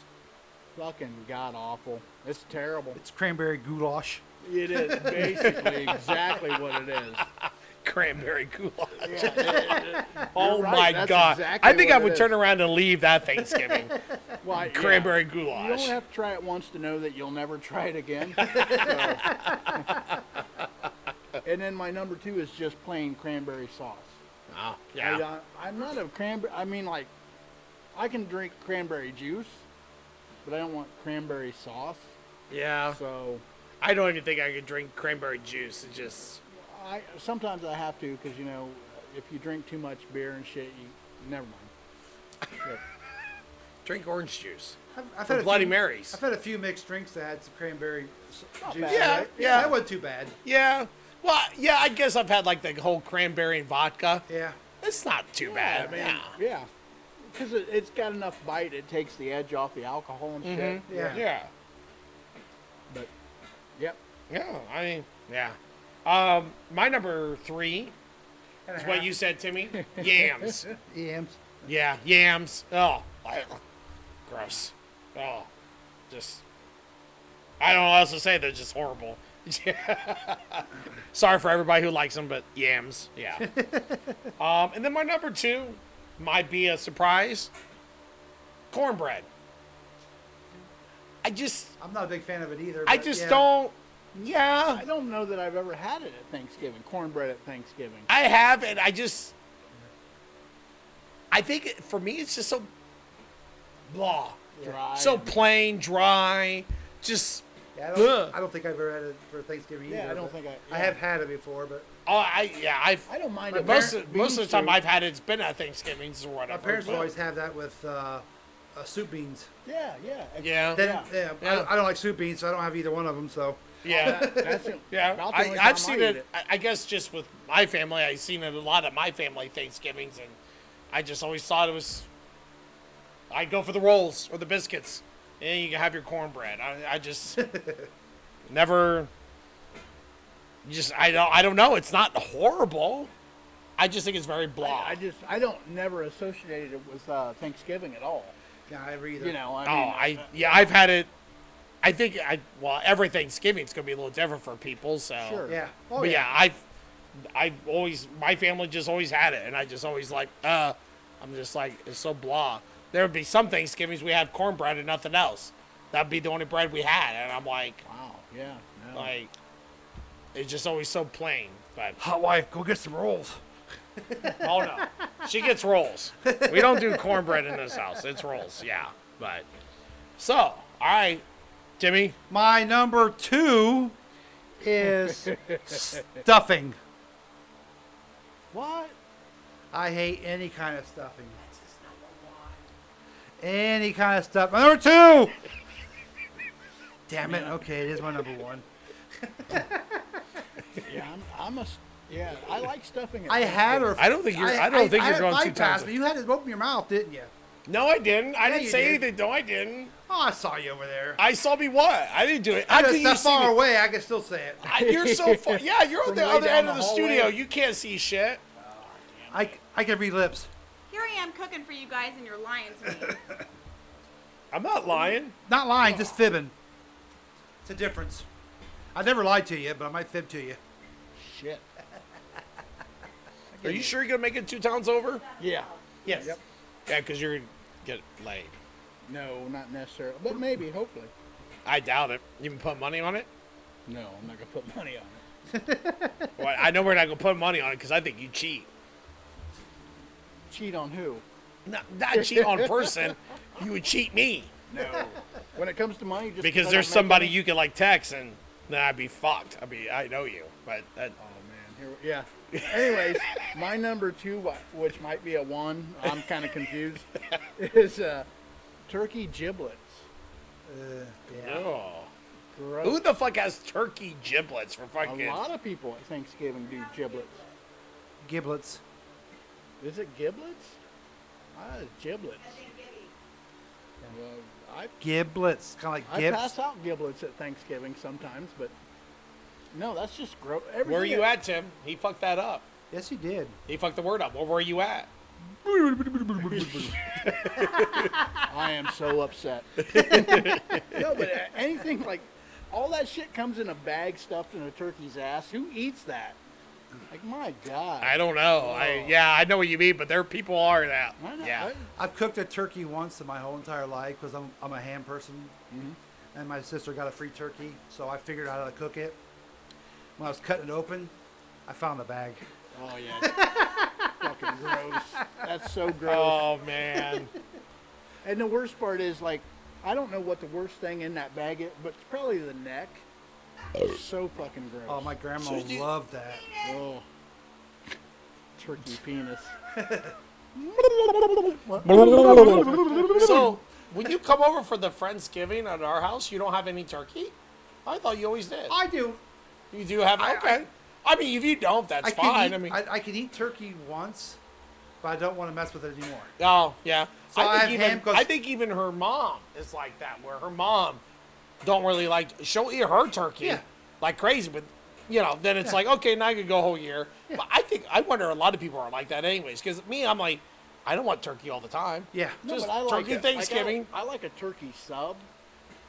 Speaker 2: fucking god awful. It's terrible.
Speaker 3: It's cranberry goulash.
Speaker 2: It is basically exactly what it is.
Speaker 1: Cranberry goulash.
Speaker 2: Yeah,
Speaker 1: Oh
Speaker 2: right,
Speaker 1: my
Speaker 2: that's
Speaker 1: god!
Speaker 2: exactly
Speaker 1: I think
Speaker 2: what
Speaker 1: I
Speaker 2: it
Speaker 1: would
Speaker 2: is.
Speaker 1: turn around and leave that Thanksgiving.
Speaker 2: Why- yeah.
Speaker 1: Cranberry
Speaker 2: You
Speaker 1: goulash.
Speaker 2: only have to try it once to know that you'll never try it again. So- and then my number two is just plain cranberry sauce.
Speaker 1: oh,
Speaker 2: I,
Speaker 1: yeah.
Speaker 2: don't- I'm not a cranberry. I mean, like, I can drink cranberry juice, but I don't want cranberry sauce.
Speaker 1: Yeah.
Speaker 2: So
Speaker 1: I don't even think I could drink cranberry juice. It just
Speaker 2: I sometimes I have to because you know if you drink too much beer and shit, you never mind.
Speaker 1: drink orange juice.
Speaker 3: I've, I've
Speaker 1: Or
Speaker 3: had a
Speaker 1: Bloody
Speaker 3: few,
Speaker 1: Marys.
Speaker 3: I've had a few mixed drinks that had some cranberry s- juice.
Speaker 2: bad,
Speaker 3: in
Speaker 1: Yeah,
Speaker 3: it.
Speaker 1: yeah.
Speaker 3: That wasn't too bad.
Speaker 1: Yeah. Well, yeah, I guess I've had like the whole cranberry and vodka.
Speaker 3: Yeah.
Speaker 1: It's not too bad. Yeah.
Speaker 2: Yeah, because it, it's got enough bite. It takes the edge off the alcohol and shit.
Speaker 3: Mhm. Yeah.
Speaker 1: Yeah.
Speaker 2: But yep.
Speaker 1: Yeah. I mean, yeah. Um, my number three
Speaker 3: And a
Speaker 1: is what
Speaker 3: half.
Speaker 1: you said, Timmy. Yams.
Speaker 3: yams.
Speaker 1: Yeah, yams. Oh, I- gross. Oh, just. I don't know what else to say. They're just horrible. Sorry for everybody who likes them, but yams. Yeah. um, and then my number two might be a surprise cornbread. I just,
Speaker 3: I'm not a big fan of it either.
Speaker 1: I
Speaker 3: but
Speaker 1: just
Speaker 3: yeah.
Speaker 1: don't. Yeah.
Speaker 2: I don't know that I've ever had it at Thanksgiving, cornbread at Thanksgiving.
Speaker 1: I have, and I just, I think it- for me, it's just so blah,
Speaker 2: Dry.
Speaker 1: so plain, dry, just.
Speaker 3: Yeah, I,
Speaker 1: Ugh.
Speaker 3: don't, I don't think I've ever had it for Thanksgiving
Speaker 2: Yeah,
Speaker 3: either.
Speaker 2: I don't
Speaker 3: but
Speaker 2: think I-
Speaker 3: I
Speaker 2: yeah.
Speaker 3: have had it before, but
Speaker 1: Oh, I yeah, I've
Speaker 2: I don't mind
Speaker 3: My
Speaker 2: it.
Speaker 1: most
Speaker 2: Bear-
Speaker 1: of, most of
Speaker 2: beans
Speaker 1: the time
Speaker 2: too.
Speaker 1: I've had it's been at Thanksgivings or
Speaker 3: my
Speaker 1: whatever.
Speaker 3: parents would
Speaker 1: but-
Speaker 3: always have that with uh, uh, soup beans.
Speaker 2: Yeah, yeah.
Speaker 1: Yeah.
Speaker 3: Then, yeah.
Speaker 1: Yeah.
Speaker 3: I, I don't like soup beans, so I don't have either one of them. So
Speaker 1: Yeah.
Speaker 2: That's it.
Speaker 1: Yeah,
Speaker 2: About the
Speaker 1: I,
Speaker 2: only time
Speaker 1: I've seen
Speaker 2: eat
Speaker 1: it, I I guess just with my family, I've seen it a lot at my family Thanksgivings, and I just always thought it was. I'd go for the rolls or the biscuits, and you can have your cornbread. I, I just never. you Just I don't I don't know. It's not horrible. I just think it's very blah.
Speaker 2: I just I don't never associated it with uh, Thanksgiving at all.
Speaker 3: Yeah, I read
Speaker 2: You know, I
Speaker 1: oh,
Speaker 2: mean, uh,
Speaker 1: I yeah, I've had it. I think I well every Thanksgiving's gonna be a little different for people. So
Speaker 2: Sure.
Speaker 3: Yeah. Oh,
Speaker 1: but
Speaker 3: yeah.
Speaker 1: yeah, I've I've always my family just always had it, and I just always like uh, I'm just like it's so blah. There would be some Thanksgivings we had cornbread and nothing else. That'd be the only bread we had, and I'm like
Speaker 2: wow, yeah, no.
Speaker 1: like it's just always so plain. But
Speaker 3: Hot wife, go get some rolls.
Speaker 1: oh no, she gets rolls. We don't do cornbread in this house. It's rolls, yeah. But so all right, Timmy.
Speaker 3: My number two is stuffing.
Speaker 2: what?
Speaker 3: I hate any kind of stuffing. Any kind of stuff. My number two. Damn it. Okay, it is my number one.
Speaker 2: Yeah, I'm, I'm a s- yeah. I like stuffing. At
Speaker 3: I had
Speaker 2: Thanksgiving.
Speaker 3: her.
Speaker 1: I don't think you're. I, don't think
Speaker 3: I
Speaker 1: you're going too
Speaker 3: bypassed,
Speaker 1: fast.
Speaker 3: But you had it open your mouth, didn't you?
Speaker 1: No, I didn't. I
Speaker 3: Yeah,
Speaker 1: didn't
Speaker 3: you
Speaker 1: say
Speaker 3: did.
Speaker 1: anything. No, I didn't.
Speaker 3: Oh, I saw you over there.
Speaker 1: I saw me what? I didn't do it. How
Speaker 3: I was
Speaker 1: can you
Speaker 3: that
Speaker 1: see
Speaker 3: far
Speaker 1: me?
Speaker 3: away. I can still say it.
Speaker 1: I, you're so far. Yeah, you're on
Speaker 2: From
Speaker 1: the
Speaker 2: way
Speaker 1: other
Speaker 2: down
Speaker 1: end of
Speaker 2: the
Speaker 1: the studio.
Speaker 2: hallway.
Speaker 1: You can't see shit.
Speaker 3: I, I can read lips.
Speaker 4: Here I am cooking for you guys, and you're lying to me.
Speaker 1: I'm not lying.
Speaker 3: Not lying, just fibbing. It's a difference. I never lied to you, but I might fib to you.
Speaker 2: shit.
Speaker 1: Are you sure you're gonna make it two towns over?
Speaker 2: Yeah.
Speaker 3: Yes.
Speaker 2: Yep.
Speaker 1: Yeah, because you're gonna get laid.
Speaker 2: No, not necessarily, but maybe, hopefully.
Speaker 1: I doubt it. You can put money on it.
Speaker 2: No, I'm not gonna put money on it.
Speaker 1: Well, I know we're not gonna put money on it because I think you cheat.
Speaker 2: Cheat on who?
Speaker 1: Not, not cheat on person. You would cheat me
Speaker 2: No. when it comes to money, just
Speaker 1: because
Speaker 2: I
Speaker 1: there's
Speaker 2: don't make
Speaker 1: somebody
Speaker 2: any-
Speaker 1: you can like text and then I'd be fucked. I mean, I know you, but that,
Speaker 2: Oh man, here, we- yeah. Anyways, my number two, wh- which might be a one, I'm kind of confused, is uh, turkey giblets.
Speaker 3: Uh, yeah.
Speaker 1: oh.
Speaker 2: Gross.
Speaker 1: Who the fuck has turkey giblets for
Speaker 2: a
Speaker 1: fucking?
Speaker 2: lot of people at Thanksgiving do giblets.
Speaker 3: Giblets.
Speaker 2: Is it giblets? Ah, it's giblets. Well, I
Speaker 3: Giblets. Kind of like
Speaker 2: I
Speaker 3: gibbs.
Speaker 2: pass out giblets at Thanksgiving sometimes, but no, that's just gross.
Speaker 1: Where you at, Tim? He fucked that up.
Speaker 3: Yes, he did.
Speaker 1: He fucked the word up. Where were you at?
Speaker 2: I am so upset. no, but uh, anything like all that shit comes in a bag stuffed in a turkey's ass. Who eats that? Like my god.
Speaker 1: I don't know. I yeah, I know what you mean, but there people are that.
Speaker 2: I know,
Speaker 1: yeah.
Speaker 2: I-
Speaker 3: I've cooked a turkey once in my whole entire life because I'm, I'm a ham person.
Speaker 1: Mm-hmm.
Speaker 3: And my sister got a free turkey, so I figured out how to cook it. When I was cutting it open, I found the bag.
Speaker 2: Oh yeah. Fucking gross. That's so gross.
Speaker 1: Oh man.
Speaker 2: And the worst part is like, I don't know what the worst thing in that bag is, but it's probably the neck. so fucking gross.
Speaker 3: Oh, my grandma
Speaker 1: So you-
Speaker 3: loved that.
Speaker 2: Oh. Turkey penis.
Speaker 1: so when you come over for the Friendsgiving at our house, you don't have any turkey? I thought you always did.
Speaker 3: I do.
Speaker 1: you do have
Speaker 3: I-
Speaker 1: okay. I, mean, if you don't, that's
Speaker 3: I can,
Speaker 1: fine.
Speaker 3: eat,
Speaker 1: I mean,
Speaker 3: I, I can eat turkey once, but I don't want to mess with it anymore.
Speaker 1: oh yeah.
Speaker 3: So I
Speaker 1: I
Speaker 3: have
Speaker 1: think even
Speaker 3: ham 'cause-
Speaker 1: I think even her mom is like that, where her mom don't really like she'll eat her turkey
Speaker 3: Yeah.
Speaker 1: like crazy, but you know, then it's
Speaker 3: Yeah.
Speaker 1: like okay, now I could go a whole year. But I think I wonder a lot of people are like that anyways, because me, I'm like, I don't want turkey all the time.
Speaker 3: Yeah.
Speaker 2: No,
Speaker 1: Just
Speaker 2: but I like
Speaker 1: turkey
Speaker 2: it. Like, I-
Speaker 1: Thanksgiving.
Speaker 2: I, like a turkey sub.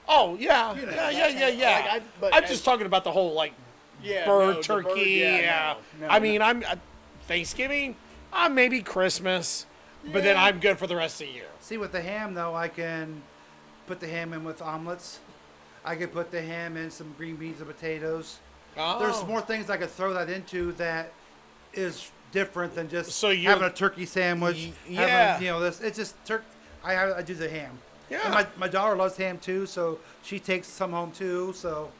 Speaker 1: Oh yeah, yeah, yeah,
Speaker 2: that
Speaker 1: yeah,
Speaker 2: kind of-
Speaker 1: yeah.
Speaker 2: like, I- but
Speaker 1: I'm
Speaker 2: I-
Speaker 1: just talking about the whole like
Speaker 2: Yeah.
Speaker 1: bird turkey. yeah, I mean, I'm uh, Thanksgiving, uh, maybe Christmas, but then
Speaker 2: Yeah.
Speaker 1: I'm good for the rest of the year.
Speaker 3: See, with the ham though, I can put the ham in with omelets. I could put the ham in some green beans and potatoes. There's
Speaker 1: Oh.
Speaker 3: more things I could throw that into that is different than just
Speaker 1: So you're-
Speaker 3: having a turkey sandwich.
Speaker 1: Y- yeah.
Speaker 3: Having, you know this. It's just turkey. I have, I do the ham.
Speaker 1: Yeah.
Speaker 3: And my my daughter loves ham too, so she takes some home too, so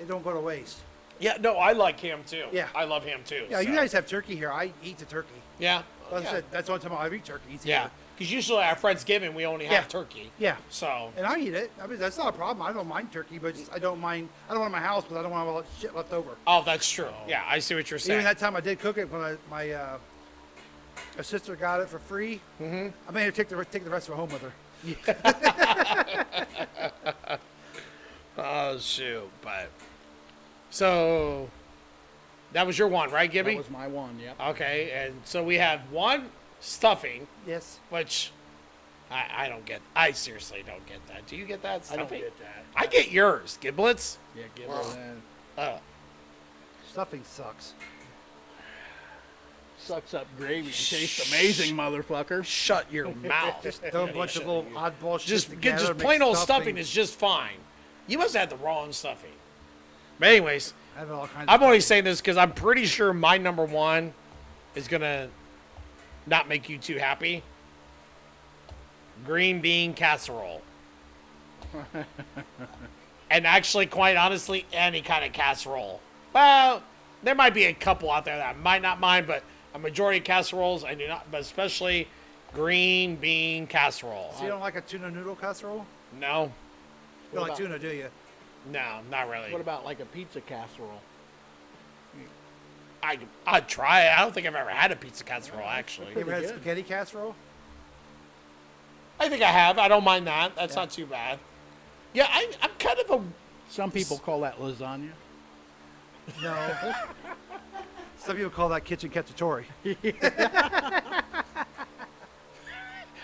Speaker 3: it don't go to waste.
Speaker 1: Yeah, no, I like ham too.
Speaker 3: Yeah.
Speaker 1: I love ham too.
Speaker 3: Yeah,
Speaker 1: so.
Speaker 3: you guys have turkey here. I eat the turkey.
Speaker 1: Yeah,
Speaker 3: But
Speaker 1: Oh,
Speaker 3: Well, I
Speaker 1: Yeah.
Speaker 3: said, that's the only time I'll ever eat turkey. It's
Speaker 1: Yeah,
Speaker 3: here.
Speaker 1: because usually our Friendsgiving we only have
Speaker 3: Yeah.
Speaker 1: turkey.
Speaker 3: Yeah.
Speaker 1: So
Speaker 3: And I eat it. I mean, that's not a problem. I don't mind turkey, but just, I don't mind. I don't want it in my house, but I don't want all that shit left over.
Speaker 1: oh, that's true. Yeah, I see what you're saying.
Speaker 3: Even that time I did cook it when I, my uh, my sister got it for free. Mm-hmm. I made her take the take the rest of it home with her.
Speaker 1: oh shoot, but so that was your one, right, Gibby?
Speaker 2: That was my one. Yep.
Speaker 1: Okay, and so we have one stuffing,
Speaker 3: Yes.
Speaker 1: which I, I don't get. I seriously don't get that. Do you get that
Speaker 2: I
Speaker 1: stuffing?
Speaker 2: don't get that.
Speaker 1: I get yours, giblets.
Speaker 2: Yeah, give her that.
Speaker 1: Uh,
Speaker 3: Stuffing sucks.
Speaker 2: Sucks up gravy and tastes amazing, motherfucker.
Speaker 1: shut your mouth.
Speaker 3: Throw a bunch of little oddball shit
Speaker 1: just
Speaker 3: together,
Speaker 1: get just
Speaker 3: make
Speaker 1: plain old stuffing is just fine. You must have had the wrong stuffing. But anyways,
Speaker 3: I have all kinds.
Speaker 1: I'm
Speaker 3: of
Speaker 1: only saying this because I'm pretty sure my number one is gonna not make you too happy. Green bean casserole. and actually, quite honestly, any kind of casserole. Well, there might be a couple out there that I might not mind, but a majority of casseroles I do not, but especially green bean casserole.
Speaker 3: So you don't like a tuna noodle casserole?
Speaker 1: No,
Speaker 3: You don't like
Speaker 2: about-
Speaker 3: tuna, do you?
Speaker 1: no, not really.
Speaker 2: What about like a pizza casserole?
Speaker 1: I I'd try it. I don't think I've ever had a pizza casserole
Speaker 3: You
Speaker 1: actually.
Speaker 3: ever had
Speaker 2: good.
Speaker 3: spaghetti casserole?
Speaker 1: I think I have. I don't mind that. That's not too bad. Yeah, I, I'm kind of a.
Speaker 2: Some people call that lasagna.
Speaker 3: No. Some people call that kitchen cacciatore.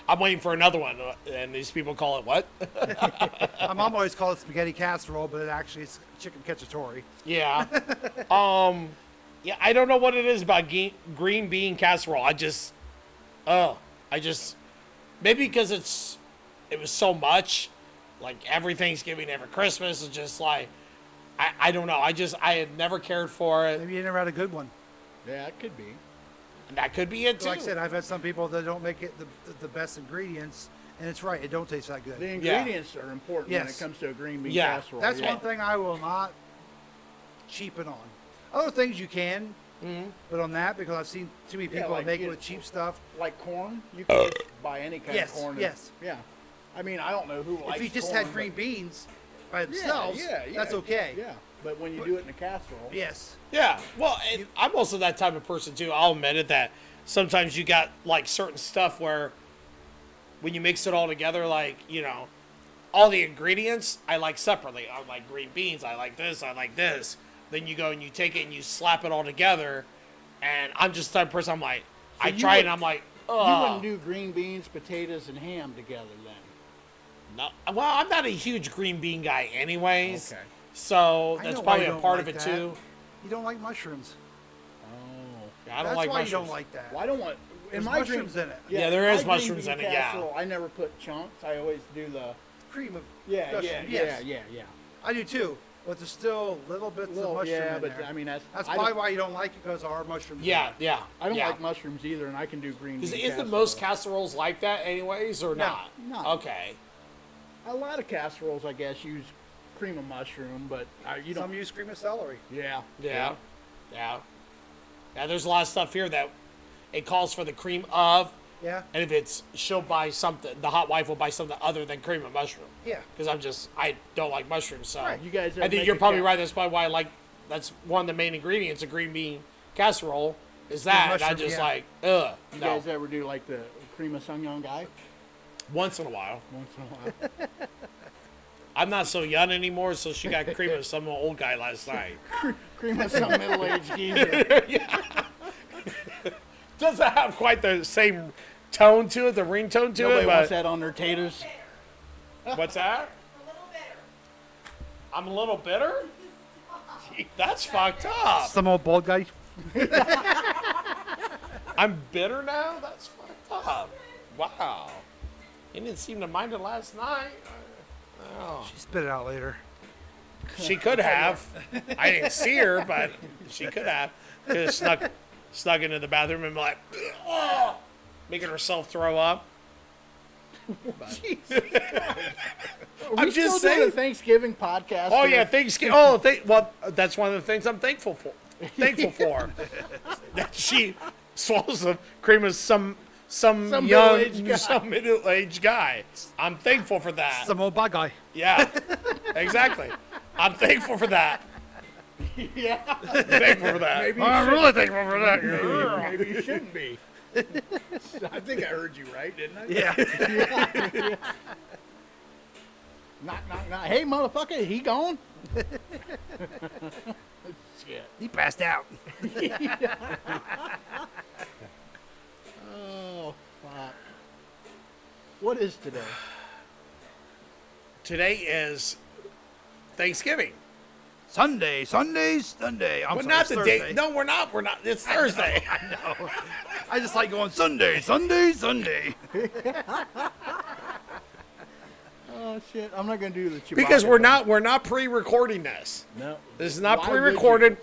Speaker 1: I'm waiting for another one, uh, and these people call it what?
Speaker 3: My mom always called it spaghetti casserole, but it actually is chicken cacciatore.
Speaker 1: yeah. um, yeah. I don't know what it is about ge- green bean casserole. I just, oh, I just maybe because it's it was so much, like every Thanksgiving, every Christmas is just like. I, I don't know. I just I had never cared for it.
Speaker 3: Maybe you never had a good one.
Speaker 2: Yeah, it could be.
Speaker 1: And that could be it too.
Speaker 3: Like I said, I've had some people that don't make it the, the best ingredients, and it's right. It don't taste that good.
Speaker 2: The ingredients are important when
Speaker 3: Yes.
Speaker 2: it comes to a green bean
Speaker 1: Yeah,
Speaker 2: casserole.
Speaker 3: That's
Speaker 2: yeah.
Speaker 3: one thing I will not cheapen on. Other things you can,
Speaker 1: Mm-hmm.
Speaker 3: but on that because I've seen too many
Speaker 2: Yeah,
Speaker 3: people
Speaker 2: like
Speaker 3: make it
Speaker 2: you-
Speaker 3: with cheap stuff.
Speaker 2: Like corn, you can just buy any kind
Speaker 3: Yes,
Speaker 2: of corn. and-
Speaker 3: yes.
Speaker 2: Yeah. I mean, I don't know who likes.
Speaker 3: if you just
Speaker 2: corn,
Speaker 3: had green
Speaker 2: but-
Speaker 3: beans by
Speaker 2: Yeah,
Speaker 3: themselves,
Speaker 2: yeah, yeah,
Speaker 3: that's okay.
Speaker 2: Yeah, but when you do it in a casserole,
Speaker 3: Yes.
Speaker 1: Yeah, well, and I'm also that type of person too. I'll admit it that sometimes you got like certain stuff where when you mix it all together, like you know, all the ingredients I like separately. I like green beans. I like this. I like this. Then you go and you take it and you slap it all together, and I'm just the type of person. I'm like, I
Speaker 2: you
Speaker 1: try it and
Speaker 2: would-
Speaker 1: I'm like,
Speaker 3: Uh.
Speaker 2: you
Speaker 1: oh,
Speaker 2: wouldn't do green beans, potatoes, and ham together then.
Speaker 1: no. Well, I'm not a huge green bean guy, anyways.
Speaker 2: Okay.
Speaker 1: So
Speaker 3: I know
Speaker 1: that's
Speaker 3: why
Speaker 1: probably
Speaker 3: you
Speaker 1: a
Speaker 3: don't
Speaker 1: part of
Speaker 3: like
Speaker 1: it
Speaker 3: that.
Speaker 1: too.
Speaker 3: You don't like mushrooms.
Speaker 2: Oh.
Speaker 1: Yeah, I don't
Speaker 3: that's
Speaker 1: like
Speaker 3: why
Speaker 1: mushrooms.
Speaker 3: you don't like that.
Speaker 2: Well, I don't want.
Speaker 3: There's
Speaker 2: in my
Speaker 3: mushrooms
Speaker 2: green,
Speaker 3: in it.
Speaker 1: Yeah, there
Speaker 2: my
Speaker 1: is
Speaker 2: green
Speaker 1: mushrooms
Speaker 2: bean
Speaker 1: in it, yeah.
Speaker 2: casserole, I never put chunks. I always do the.
Speaker 3: Cream of
Speaker 2: Yeah,
Speaker 3: mushroom,
Speaker 2: yeah,
Speaker 3: yes.
Speaker 2: yeah, yeah, yeah.
Speaker 3: I do too, but there's still little bits
Speaker 2: Little-
Speaker 3: of mushroom
Speaker 2: yeah,
Speaker 3: in
Speaker 2: but
Speaker 3: there.
Speaker 2: I mean, that's-
Speaker 3: that's
Speaker 2: I
Speaker 3: probably
Speaker 2: don't-
Speaker 3: why you don't like it because there are mushrooms. in
Speaker 1: Yeah,
Speaker 3: there.
Speaker 1: yeah.
Speaker 2: I don't
Speaker 1: yeah.
Speaker 2: like mushrooms either, and I can do green
Speaker 1: Is,
Speaker 2: bean
Speaker 1: is the
Speaker 2: casserole.
Speaker 1: most casseroles like that, anyways, or not?
Speaker 2: no.
Speaker 1: Okay.
Speaker 2: a lot of casseroles, I guess, use cream of mushroom, but uh, you don't.
Speaker 3: Some use cream of celery.
Speaker 2: yeah,
Speaker 1: Yeah. Yeah. Yeah. There's a lot of stuff here that it calls for the cream of,
Speaker 3: Yeah.
Speaker 1: and if it's she'll buy something, the hot wife will buy something other than cream of mushroom.
Speaker 3: Yeah.
Speaker 1: Because I'm just I don't like mushrooms, so
Speaker 3: Right.
Speaker 2: You guys ever
Speaker 1: I think
Speaker 2: make
Speaker 1: you're
Speaker 2: a
Speaker 1: probably
Speaker 2: ca-
Speaker 1: right. That's probably why I like. That's one of the main ingredients of green bean casserole is that. and I
Speaker 3: mushroom,
Speaker 1: just
Speaker 3: yeah.
Speaker 1: like ugh.
Speaker 2: You
Speaker 1: no.
Speaker 2: guys ever do like the cream of Sungyeon guy
Speaker 1: Once in a while,
Speaker 2: once in a while?
Speaker 1: I'm not so young anymore, so she got cream of some old guy last night.
Speaker 2: cream of some middle-aged geezer.
Speaker 1: doesn't have quite the same tone to it, the ringtone to
Speaker 2: Nobody
Speaker 1: it. But
Speaker 2: wants that on their taters.
Speaker 4: Bitter.
Speaker 1: what's that?
Speaker 4: It's a little bitter.
Speaker 1: I'm a little bitter. Gee, That's fucked up.
Speaker 3: Some old bald guy.
Speaker 1: I'm bitter now. That's fucked up. Wow. He didn't seem to mind it last night.
Speaker 3: She spit it out later.
Speaker 1: She could have. I didn't see her, but she could have. Could have snuck, snuck into the bathroom and like, "Ugh," making herself throw up.
Speaker 2: Are
Speaker 1: I'm
Speaker 2: we still
Speaker 1: just
Speaker 2: doing
Speaker 1: saying-
Speaker 2: a Thanksgiving podcast.
Speaker 1: Oh
Speaker 2: here?
Speaker 1: yeah, Thanksgiving. Oh, th- well, that's one of the things I'm thankful for. Thankful for that she swallows the cream of some some,
Speaker 2: Some
Speaker 1: young
Speaker 2: middle-aged guy.
Speaker 1: some middle-aged guy. I'm thankful for that.
Speaker 3: Some old black guy.
Speaker 1: yeah, exactly. I'm thankful for that.
Speaker 2: yeah.
Speaker 1: Thankful for that.
Speaker 2: Maybe you
Speaker 1: I'm
Speaker 2: should-
Speaker 1: really thankful for that. Yeah.
Speaker 2: Maybe you shouldn't be. I think I heard you right, didn't I?
Speaker 3: Yeah.
Speaker 2: Knock, knock, knock. Hey, motherfucker, he gone? Shit.
Speaker 3: he passed out.
Speaker 2: Oh, fuck. What is today?
Speaker 1: Today is Thanksgiving.
Speaker 3: Sunday, Sunday, Sunday. I'm
Speaker 1: but
Speaker 3: sorry,
Speaker 1: not
Speaker 3: it's
Speaker 1: the
Speaker 3: Thursday.
Speaker 1: day. No, we're not. We're not. It's Thursday.
Speaker 3: I just like going Sunday, Sunday, Sunday.
Speaker 2: Oh, shit. I'm not going to do the Chewbacca.
Speaker 1: because we're
Speaker 2: thing.
Speaker 1: not. We're not pre-recording this.
Speaker 2: No.
Speaker 1: This is not
Speaker 2: Why would you?
Speaker 1: pre-recorded.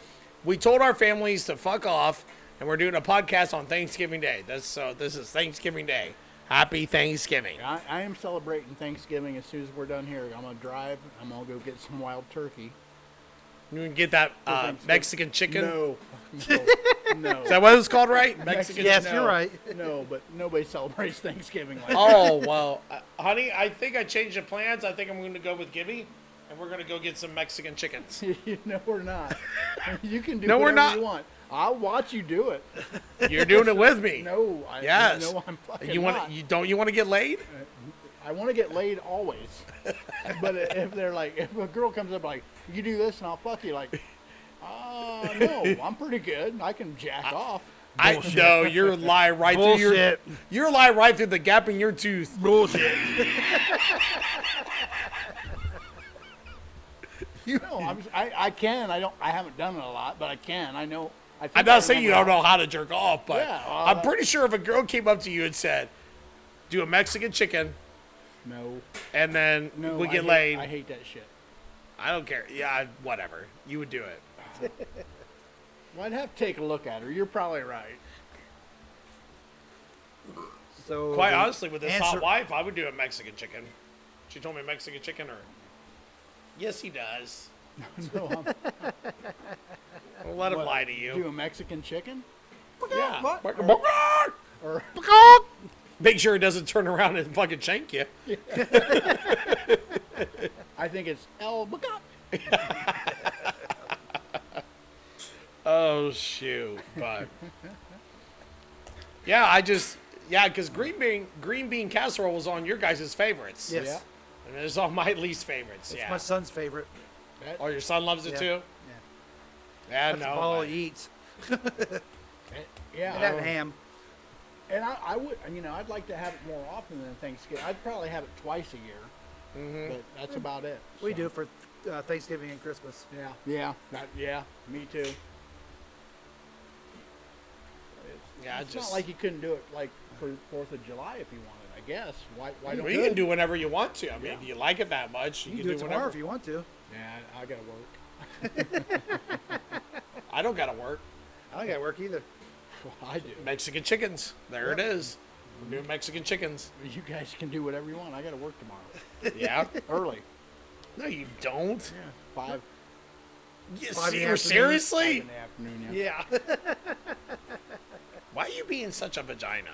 Speaker 1: We told our families to fuck off, and we're doing a podcast on Thanksgiving Day. That's so. This is Thanksgiving Day. Happy Thanksgiving.
Speaker 2: I, I am celebrating Thanksgiving as soon as we're done here. I'm going to drive. I'm going to go get some wild turkey.
Speaker 1: You can get that uh,
Speaker 2: Thanksgiving.
Speaker 1: Mexican chicken.
Speaker 2: No. No.
Speaker 1: Is that what it's called, right? Mexican.
Speaker 3: Yes,
Speaker 2: No.
Speaker 3: you're right.
Speaker 2: No, but nobody celebrates Thanksgiving like that.
Speaker 1: Oh well, uh, honey, I think I changed the plans. I think I'm going to go with Gibby, and we're going to go get some Mexican chickens.
Speaker 2: no, we're not. You can do
Speaker 1: No,
Speaker 2: no,
Speaker 1: we're
Speaker 2: whatever
Speaker 1: not.
Speaker 2: you want. I'll watch you do it.
Speaker 1: You're doing it with me.
Speaker 2: No, I
Speaker 1: Yes.
Speaker 2: no, I'm fucking
Speaker 1: You want?
Speaker 2: not.
Speaker 1: You don't? You want to get laid?
Speaker 2: I want to get laid always. but if they're like, if a girl comes up like, you do this and I'll fuck you, like, uh, no, I'm pretty good. I can jack off.
Speaker 1: I no. You're lie right through your.
Speaker 3: Bullshit.
Speaker 1: You're lie right through the gap in your tooth.
Speaker 3: Bullshit.
Speaker 2: No, I'm, I, I can. I don't. I haven't done it a lot, but I can. I know. I think
Speaker 1: I'm
Speaker 2: I
Speaker 1: not saying you don't
Speaker 2: remember
Speaker 1: know how to jerk off, but
Speaker 2: Yeah, well,
Speaker 1: I'm
Speaker 2: that-
Speaker 1: pretty sure if a girl came up to you and said, "Do a Mexican chicken,"
Speaker 2: how-
Speaker 1: and then
Speaker 2: No, no.
Speaker 1: we
Speaker 2: I
Speaker 1: get
Speaker 2: hate-
Speaker 1: laid,
Speaker 2: I
Speaker 1: I,
Speaker 2: hate that shit.
Speaker 1: don't care. Yeah, I- whatever. You would do it.
Speaker 2: Well, I'd have to take a look at her. You're probably right.
Speaker 3: So
Speaker 1: Quite
Speaker 3: the
Speaker 1: honestly, with this
Speaker 3: answer-
Speaker 1: hot wife, I would do a Mexican chicken. She told me Mexican chicken, or yes, he does.
Speaker 2: So I'm
Speaker 1: Don't let him lie to
Speaker 2: do
Speaker 1: you.
Speaker 2: a Mexican chicken.
Speaker 1: Yeah.
Speaker 2: what?
Speaker 1: Or-
Speaker 2: Or
Speaker 1: Make sure he doesn't turn around and fucking shank you.
Speaker 2: I think it's El Bacot.
Speaker 1: Oh shoot! But yeah, I just yeah, because green bean green bean casserole was on your guys' favorites.
Speaker 3: Yes.
Speaker 2: Yeah.
Speaker 1: and it's on my least favorites.
Speaker 3: It's
Speaker 1: yeah.
Speaker 3: my son's favorite.
Speaker 2: That-
Speaker 1: oh, your son loves it
Speaker 3: Yeah.
Speaker 1: too.
Speaker 3: Yeah.
Speaker 1: Yeah,
Speaker 3: That's
Speaker 1: no.
Speaker 3: all
Speaker 1: I-
Speaker 3: he eats.
Speaker 2: yeah.
Speaker 3: And that
Speaker 2: I-
Speaker 3: ham.
Speaker 2: And I, I would, you know, I'd like to have it more often than Thanksgiving. I'd probably have it twice a year,
Speaker 1: Mm-hmm.
Speaker 2: but that's about it.
Speaker 3: We
Speaker 2: so.
Speaker 3: do for uh, Thanksgiving and Christmas.
Speaker 2: Yeah, yeah, that, yeah. Me too. It's
Speaker 1: yeah, I
Speaker 2: not
Speaker 1: just
Speaker 2: like you couldn't do it like for Fourth of July if you wanted. I guess. Why? Why
Speaker 1: well,
Speaker 2: don't
Speaker 1: you can do whenever you want to. I mean, if you like it that much, you,
Speaker 3: You
Speaker 1: can
Speaker 3: can do it tomorrow
Speaker 1: whenever.
Speaker 3: if you want to.
Speaker 2: Nah, I gotta work.
Speaker 1: I don't gotta work.
Speaker 3: I don't got to work either.
Speaker 2: I do.
Speaker 1: Mexican chickens. There it is. We're doing Mexican chickens.
Speaker 2: You guys can do whatever you want. I gotta work tomorrow,
Speaker 1: Yeah.
Speaker 2: early.
Speaker 1: no, you don't.
Speaker 2: Yeah, five.
Speaker 1: You
Speaker 3: Five in the
Speaker 1: ser-
Speaker 3: afternoon.
Speaker 2: Five
Speaker 1: seriously?
Speaker 2: in the afternoon. Yeah.
Speaker 3: Yeah.
Speaker 1: Why are you being such a vagina?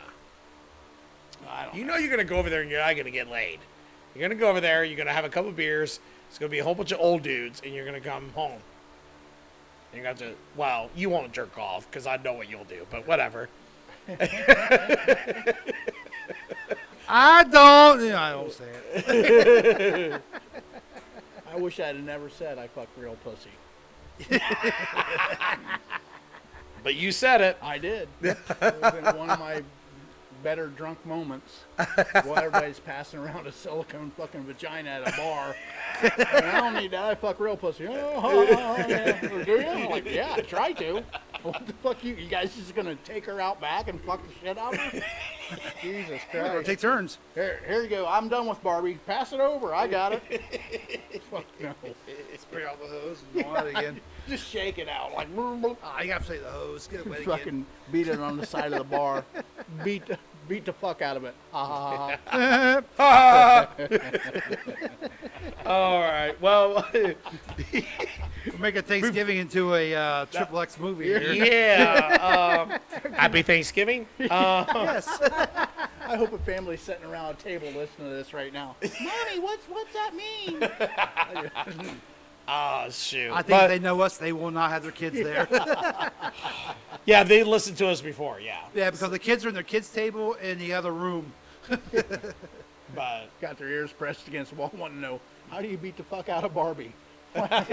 Speaker 2: I don't.
Speaker 1: You know you're gonna go over there and you're not gonna get laid. You're gonna go over there. You're gonna have a couple beers. It's gonna be a whole bunch of old dudes, and you're gonna come home. And you're gonna have to. Well, you won't jerk off because I know what you'll do. But whatever.
Speaker 3: I don't. You know, I don't say it.
Speaker 2: I wish I'd have never said I fuck real pussy.
Speaker 1: But you said it.
Speaker 2: I did. it was in one of my better drunk moments while everybody's passing around a silicone fucking vagina at a bar. And I don't need that. I fuck real pussy. Oh, oh, oh, oh, yeah. Or do you? I'm like, yeah, I try to. What the fuck? You, you guys just going to take her out back and fuck the shit out of her? Jesus
Speaker 3: Or
Speaker 2: Christ.
Speaker 3: take turns.
Speaker 2: Here, here you go. I'm done with Barbie. Pass it over. I got it. fuck no.
Speaker 3: Spray out the hose and blow it again.
Speaker 2: Just shake it out like.
Speaker 3: Ah, you got to say the hose. Get it wet again.
Speaker 2: fucking beat it on the side of the bar. Beat beat the fuck out of it. Ah, ha, ha, ha.
Speaker 1: All right. Well,
Speaker 3: We're making Thanksgiving into a uh, triple X movie. Here.
Speaker 1: yeah. Um, happy Thanksgiving. Uh,
Speaker 3: Yes.
Speaker 2: I hope a family's sitting around a table listening to this right now. Mommy, what's what's that mean?
Speaker 1: oh shoot.
Speaker 3: I think
Speaker 1: But-
Speaker 3: they know us. They will not have their kids there.
Speaker 1: yeah, they listened to us before. Yeah,
Speaker 3: yeah, because the kids are in their kids' table in the other room.
Speaker 1: but
Speaker 2: Got their ears pressed against the wall, want to know how do you beat the fuck out of Barbie? oh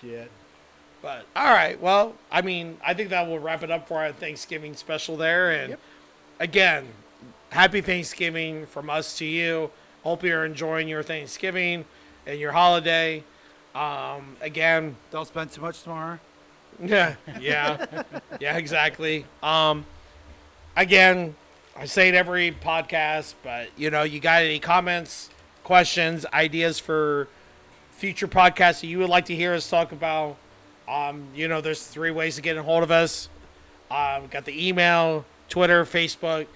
Speaker 2: shit!
Speaker 1: But all right, well, I mean, I think that will wrap it up for our Thanksgiving special there. And
Speaker 2: Yep.
Speaker 1: again, happy Thanksgiving from us to you. Hope you're enjoying your Thanksgiving and your holiday. Um, again,
Speaker 3: Don't spend too much tomorrow.
Speaker 1: yeah, yeah, yeah, exactly. Um, again, I say it every podcast, but you know, you got any comments, questions, ideas for future podcasts that you would like to hear us talk about? Um, you know, there's three ways to get a hold of us. Uh, we got the email, Twitter, Facebook,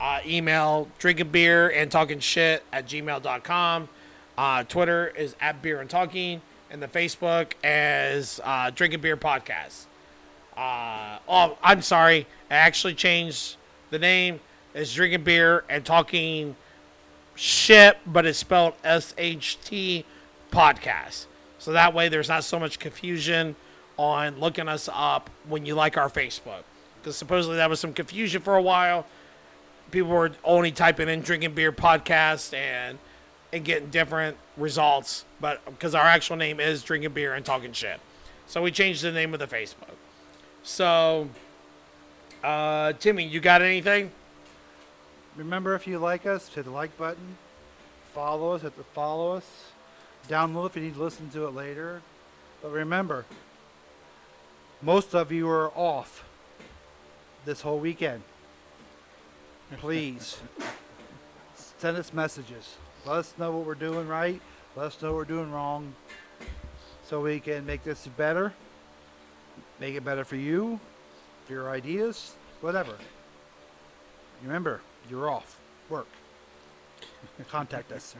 Speaker 1: uh, email, drinking beer and talking shit at gmail.com. Uh, Twitter is at beer and talking, and the Facebook is uh, drinking beer podcast. Uh, oh, I'm sorry, I actually changed the name. It's drinking beer and talking shit, but it's spelled S H T podcast. So that way there's not so much confusion on looking us up when you like our Facebook. Because supposedly that was some confusion for a while. People were only typing in drinking beer podcast and and getting different results, but because our actual name is drinking beer and talking shit. So we changed the name of the Facebook. So uh Timmy, you got anything?
Speaker 3: Remember, if you like us, hit the like button. Follow us, hit the follow us. Download if you need to listen to it later. But remember, most of you are off this whole weekend. Please send us messages. Let us know what we're doing right. Let us know what we're doing wrong. So we can make this better. Make it better for you, for your ideas, whatever. Remember, you're off work. Contact us.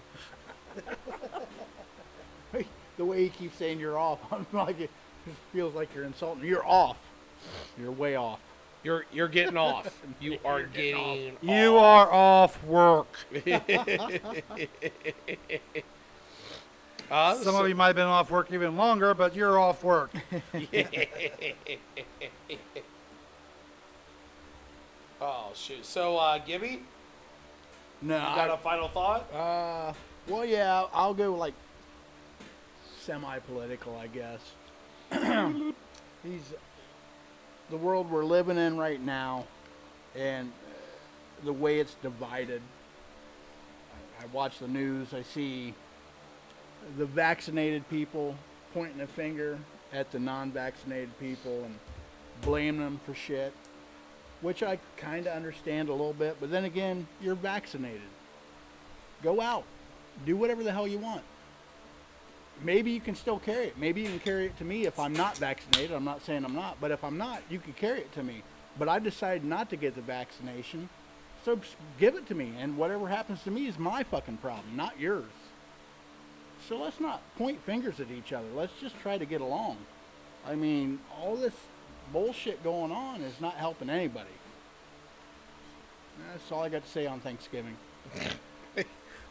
Speaker 2: The way he keeps saying you're off, I'm like it feels like you're insulting. You're off. You're way off.
Speaker 1: You're you're getting off. You are getting off.
Speaker 3: You are off work.
Speaker 1: Uh,
Speaker 3: Some of you might have been off work even longer, but you're off work.
Speaker 1: Oh shoot! So, uh, Gibby, you
Speaker 2: No.
Speaker 1: got a final thought?
Speaker 2: Uh, well, yeah, I'll go like semi-political, I guess. He's the world we're living in right now, and uh, the way it's divided. I, I watch the news. I see the vaccinated people pointing a finger at the non-vaccinated people and blaming them for shit, which I kind of understand a little bit. But then again, you're vaccinated go out, do whatever the hell you want. Maybe you can still carry it. Maybe you can carry it to me if I'm not vaccinated. I'm not saying I'm not, but if I'm not, you can carry it to me. But I decided not to get the vaccination, so s- give it to me, and whatever happens to me is my fucking problem, not yours. So let's not point fingers at each other. Let's just try to get along. I mean, all this bullshit going on is not helping anybody. That's all I got to say on Thanksgiving.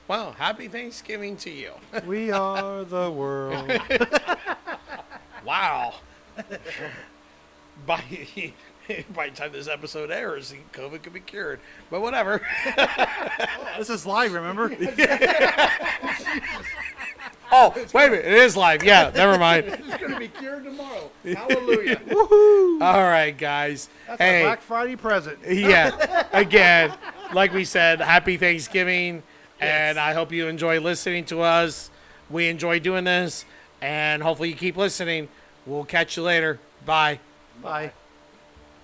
Speaker 1: Well, happy Thanksgiving to you.
Speaker 3: we are the world.
Speaker 1: wow. by by the time this episode airs, COVID could be cured. But whatever.
Speaker 3: This is live, remember?
Speaker 1: Oh, wait a minute! It is live. Yeah, never mind.
Speaker 2: It's gonna be cured tomorrow. Hallelujah.
Speaker 1: All right, guys.
Speaker 3: That's
Speaker 1: hey,
Speaker 3: a Black Friday present.
Speaker 1: yeah. Again, like we said, happy Thanksgiving, and I hope you enjoy listening to us. We enjoy doing this, and hopefully you keep listening. We'll catch you later. Bye.
Speaker 3: Bye.